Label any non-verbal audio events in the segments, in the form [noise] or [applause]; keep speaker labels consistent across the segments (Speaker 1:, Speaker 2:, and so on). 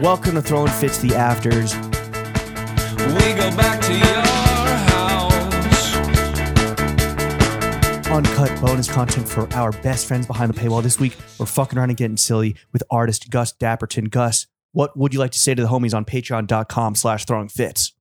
Speaker 1: Welcome to Throwing Fits the Afters.
Speaker 2: We go back to your house.
Speaker 1: Uncut bonus content for our best friends behind the paywall. This week, we're fucking around and getting silly with artist Gus Dapperton. Gus, what would you like to say to the homies on patreon.com slash throwing fits?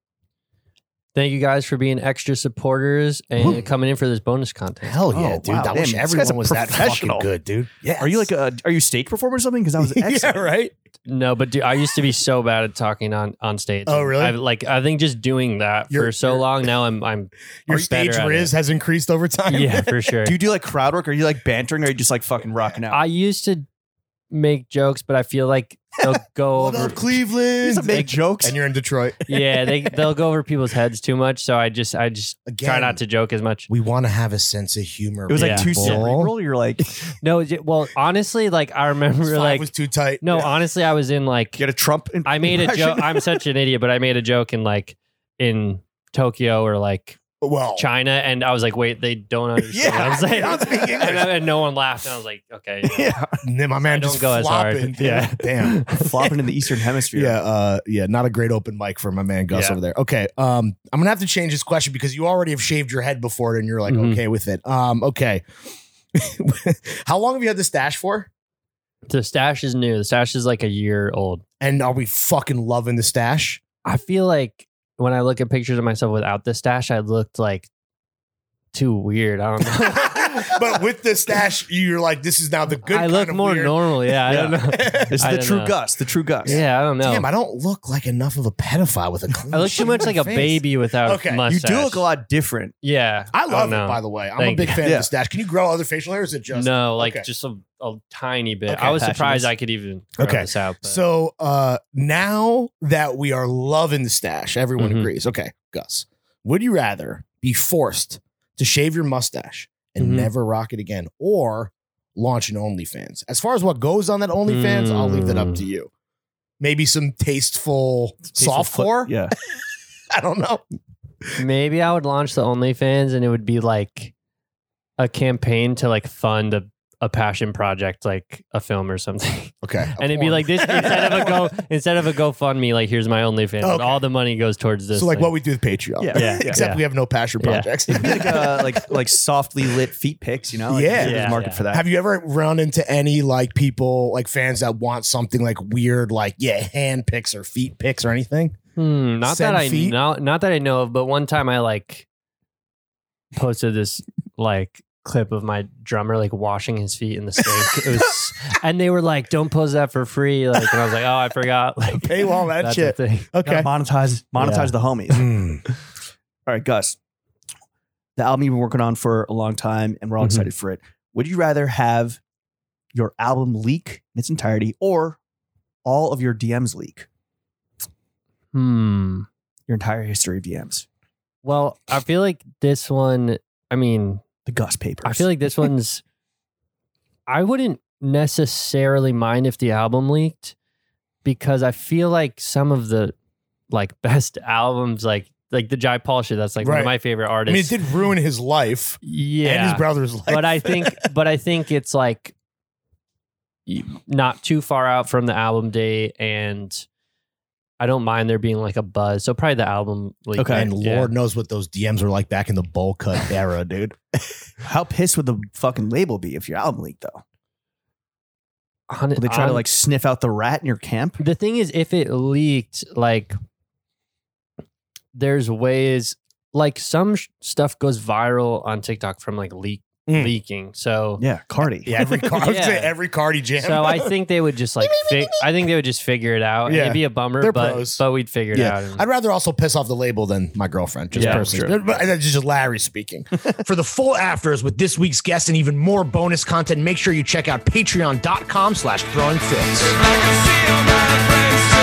Speaker 3: Thank you guys for being extra supporters and
Speaker 4: Woo.
Speaker 3: coming in for this bonus content.
Speaker 4: Hell
Speaker 1: Oh,
Speaker 4: yeah, dude.
Speaker 1: wow.
Speaker 4: I wish
Speaker 1: Damn, this guy's a
Speaker 4: everyone was that fucking
Speaker 1: professional.
Speaker 4: good, dude. Yeah.
Speaker 1: Are you like a are you stage performer or something? Because that
Speaker 3: [laughs]
Speaker 1: was excellent.
Speaker 4: right?
Speaker 3: No, but dude, I used to be so bad at talking on on stage.
Speaker 4: Oh, really?
Speaker 3: I, like I think just doing that
Speaker 4: You're-
Speaker 3: for so long now, I'm I'm
Speaker 4: [laughs] Your
Speaker 3: I'm better
Speaker 4: stage
Speaker 3: at it.
Speaker 4: riz has increased over time.
Speaker 3: [laughs] Yeah, for sure.
Speaker 1: Do you do like crowd work? Are you like bantering? Or are you just like fucking rocking out?
Speaker 3: [laughs] I used to make jokes, but I feel like
Speaker 4: [laughs]
Speaker 3: they'll go
Speaker 4: [laughs] What
Speaker 3: over.
Speaker 4: up, Cleveland?
Speaker 1: Just make jokes.
Speaker 4: and you're in [laughs] Detroit.
Speaker 3: [laughs] yeah, they they'll go over people's heads too much. So I just I just
Speaker 4: Again,
Speaker 3: try not to joke as
Speaker 4: [laughs]
Speaker 3: much.
Speaker 4: We want to have a sense of humor.
Speaker 1: It was like
Speaker 3: Yeah.
Speaker 1: too
Speaker 4: people.
Speaker 1: cerebral. You're
Speaker 3: [laughs]
Speaker 1: like,
Speaker 3: No, it- well, honestly, like I remember,
Speaker 4: Five
Speaker 3: like
Speaker 4: was too tight. [laughs]
Speaker 3: no, honestly, I was in like
Speaker 1: get a Trump. in-
Speaker 3: I made a joke.
Speaker 1: [laughs] impression.
Speaker 3: I'm such an idiot, but I made a joke in like in Tokyo or like
Speaker 4: well,
Speaker 3: uh, China, and I was like, wait, they don't understand
Speaker 4: [laughs] Yeah,
Speaker 3: what I'm
Speaker 4: they
Speaker 3: saying.
Speaker 4: don't speak English.
Speaker 3: [laughs] and, uh, and no one laughed, and I was like, okay, yeah.
Speaker 1: yeah,
Speaker 4: then my man
Speaker 3: I don't
Speaker 4: just
Speaker 3: go as hard.
Speaker 4: flopping.
Speaker 3: Yeah.
Speaker 4: damn.
Speaker 1: flopping in the Eastern Hemisphere.
Speaker 4: Yeah, uh, yeah, not a great open mic for my man Gus
Speaker 3: Yeah.
Speaker 4: over there. Okay, um, I'm gonna have to change this question because you already have shaved your head before it and you're like
Speaker 3: Mhm.
Speaker 4: okay with it. Um, okay, [laughs] how long have you had the stash for?
Speaker 3: [laughs] the stash is new. The stash is like a year old.
Speaker 4: And are we fucking loving
Speaker 3: [laughs]
Speaker 4: the stash?
Speaker 3: I feel like when I look at pictures of myself without the stash, I looked like too weird. I don't know.
Speaker 4: but with the stash, you're like, this is now the [laughs] good.
Speaker 3: I
Speaker 4: kind
Speaker 3: look
Speaker 4: of
Speaker 3: more
Speaker 4: weird.
Speaker 3: normal. Yeah, I don't know.
Speaker 4: [laughs]
Speaker 1: This is
Speaker 3: [laughs] I
Speaker 1: the
Speaker 3: don't
Speaker 1: true
Speaker 3: know.
Speaker 1: Gus. The true Gus.
Speaker 3: Yeah, I don't know.
Speaker 4: Damn, I don't look like enough of a pedophile with a clean.
Speaker 3: I look too much like a
Speaker 4: face.
Speaker 3: baby without
Speaker 4: Okay,
Speaker 3: a
Speaker 4: you
Speaker 1: you
Speaker 3: mustache.
Speaker 1: do look a lot different.
Speaker 3: Yeah,
Speaker 4: I love
Speaker 3: don't
Speaker 4: it,
Speaker 3: know.
Speaker 4: by the way. I'm
Speaker 3: Thank
Speaker 4: a big
Speaker 3: you.
Speaker 4: fan
Speaker 1: Yeah.
Speaker 4: of the stash. Can you grow other facial hairs? Or is it just
Speaker 3: no, like
Speaker 4: okay.
Speaker 3: just a, a tiny bit.
Speaker 4: Okay.
Speaker 3: I was
Speaker 1: Passion
Speaker 3: surprised
Speaker 1: is-
Speaker 3: I could even grow
Speaker 4: Okay.
Speaker 3: this out. but-
Speaker 4: So uh now that we are loving the stash, everyone
Speaker 3: Mhm.
Speaker 4: agrees. Okay, Gus. Would you rather be forced to shave your mustache and
Speaker 3: Mhm.
Speaker 4: never rock it again or launch an OnlyFans? As far as what goes on that OnlyFans, I'll leave that up
Speaker 3: Mm.
Speaker 4: to you. Maybe some tasteful,
Speaker 1: Tasteful
Speaker 4: softcore.
Speaker 1: foot- Yeah.
Speaker 4: [laughs] I don't know.
Speaker 3: maybe I would launch the OnlyFans, and it would be like a campaign to like fund a, a passion project, like a film or
Speaker 4: [laughs]
Speaker 3: something.
Speaker 4: Okay.
Speaker 3: and it'd be like this instead
Speaker 4: [laughs]
Speaker 3: of a go instead of a GoFundMe, like here's my OnlyFans, but
Speaker 4: Okay.
Speaker 3: all the money goes towards this.
Speaker 4: So like
Speaker 3: thing.
Speaker 4: what we do with Patreon. [laughs]
Speaker 1: Yeah.
Speaker 3: Yeah.
Speaker 4: Except
Speaker 3: Yeah.
Speaker 4: we have no passion
Speaker 3: Yeah. [laughs]
Speaker 4: projects.
Speaker 1: It'd be like, uh, like like softly lit feet pics, you know? Like,
Speaker 4: Yeah.
Speaker 1: I'm sure There's
Speaker 3: Yeah.
Speaker 1: a market for that.
Speaker 4: Have you ever run into any like people, like fans that want something like weird, like yeah, hand picks or feet picks or [laughs] anything?
Speaker 3: Hmm, not that
Speaker 4: Send
Speaker 3: I
Speaker 4: feet?
Speaker 3: know, not that I know of, but one time I like posted this like clip of my drummer like washing his feet in the sink. It
Speaker 4: [laughs]
Speaker 3: was, and they were like, "Don't post that for free." Like, and I was like, "Oh, I forgot." Like,
Speaker 4: Paywall that
Speaker 3: that's
Speaker 4: shit. Hmm.
Speaker 3: A thing.
Speaker 1: Gotta
Speaker 4: [laughs]
Speaker 1: monetize monetize
Speaker 3: Yeah.
Speaker 1: the homies. All right, Gus. The album you've been working on for a long time, and we're all
Speaker 3: Mhm.
Speaker 1: excited for it. Would you rather have your album leak in its entirety or all of your DMs leak?
Speaker 3: Hmm.
Speaker 1: Your entire history of DMs.
Speaker 3: Well, I feel like this one. I mean,
Speaker 1: The Gus papers.
Speaker 3: I feel like this one's. I wouldn't necessarily mind if the album leaked, because I feel like some of the, like [laughs] best albums, like like the Jai Paul shit. That's like one
Speaker 4: Right.
Speaker 3: of my favorite
Speaker 4: I mean, it
Speaker 3: artists.
Speaker 4: did ruin his life
Speaker 3: yeah,
Speaker 4: and his brother's life.
Speaker 3: but I
Speaker 4: [laughs]
Speaker 3: think, but I think it's like y- not too far out from the album date, and I don't mind there being like a buzz. So probably the album. Leak
Speaker 1: Okay.
Speaker 4: and
Speaker 3: yeah.
Speaker 4: Lord knows what those DMs were like back in the bowl cut era, dude.
Speaker 1: how pissed would the fucking label be if your album leaked though?
Speaker 3: Hon-
Speaker 1: Will they try to
Speaker 3: hon-
Speaker 1: like sniff out the rat in your camp?
Speaker 3: the thing is if it leaked like there's ways like some sh- stuff goes viral on tiktok from like leak
Speaker 4: Mm.
Speaker 3: leaking so
Speaker 1: Yeah, Cardi.
Speaker 4: [laughs] Yeah, every car, I was gonna say
Speaker 3: Yeah.
Speaker 4: every Cardi jam.
Speaker 3: so
Speaker 4: [laughs]
Speaker 3: i think they would just like fi- i think they would just figure it out and
Speaker 4: Yeah.
Speaker 3: it'd be a bummer
Speaker 4: They're
Speaker 3: but
Speaker 4: pros.
Speaker 3: but we'd figure it
Speaker 4: Yeah.
Speaker 3: out and-
Speaker 4: I'd rather also piss off the label than my girlfriend, just
Speaker 3: Yeah,
Speaker 4: personally. But but that's just Larry speaking. [laughs] For the full afters with this week's guest and even more bonus content, make sure you check out patreon.com slash throwing fits.
Speaker 2: I can see all my friends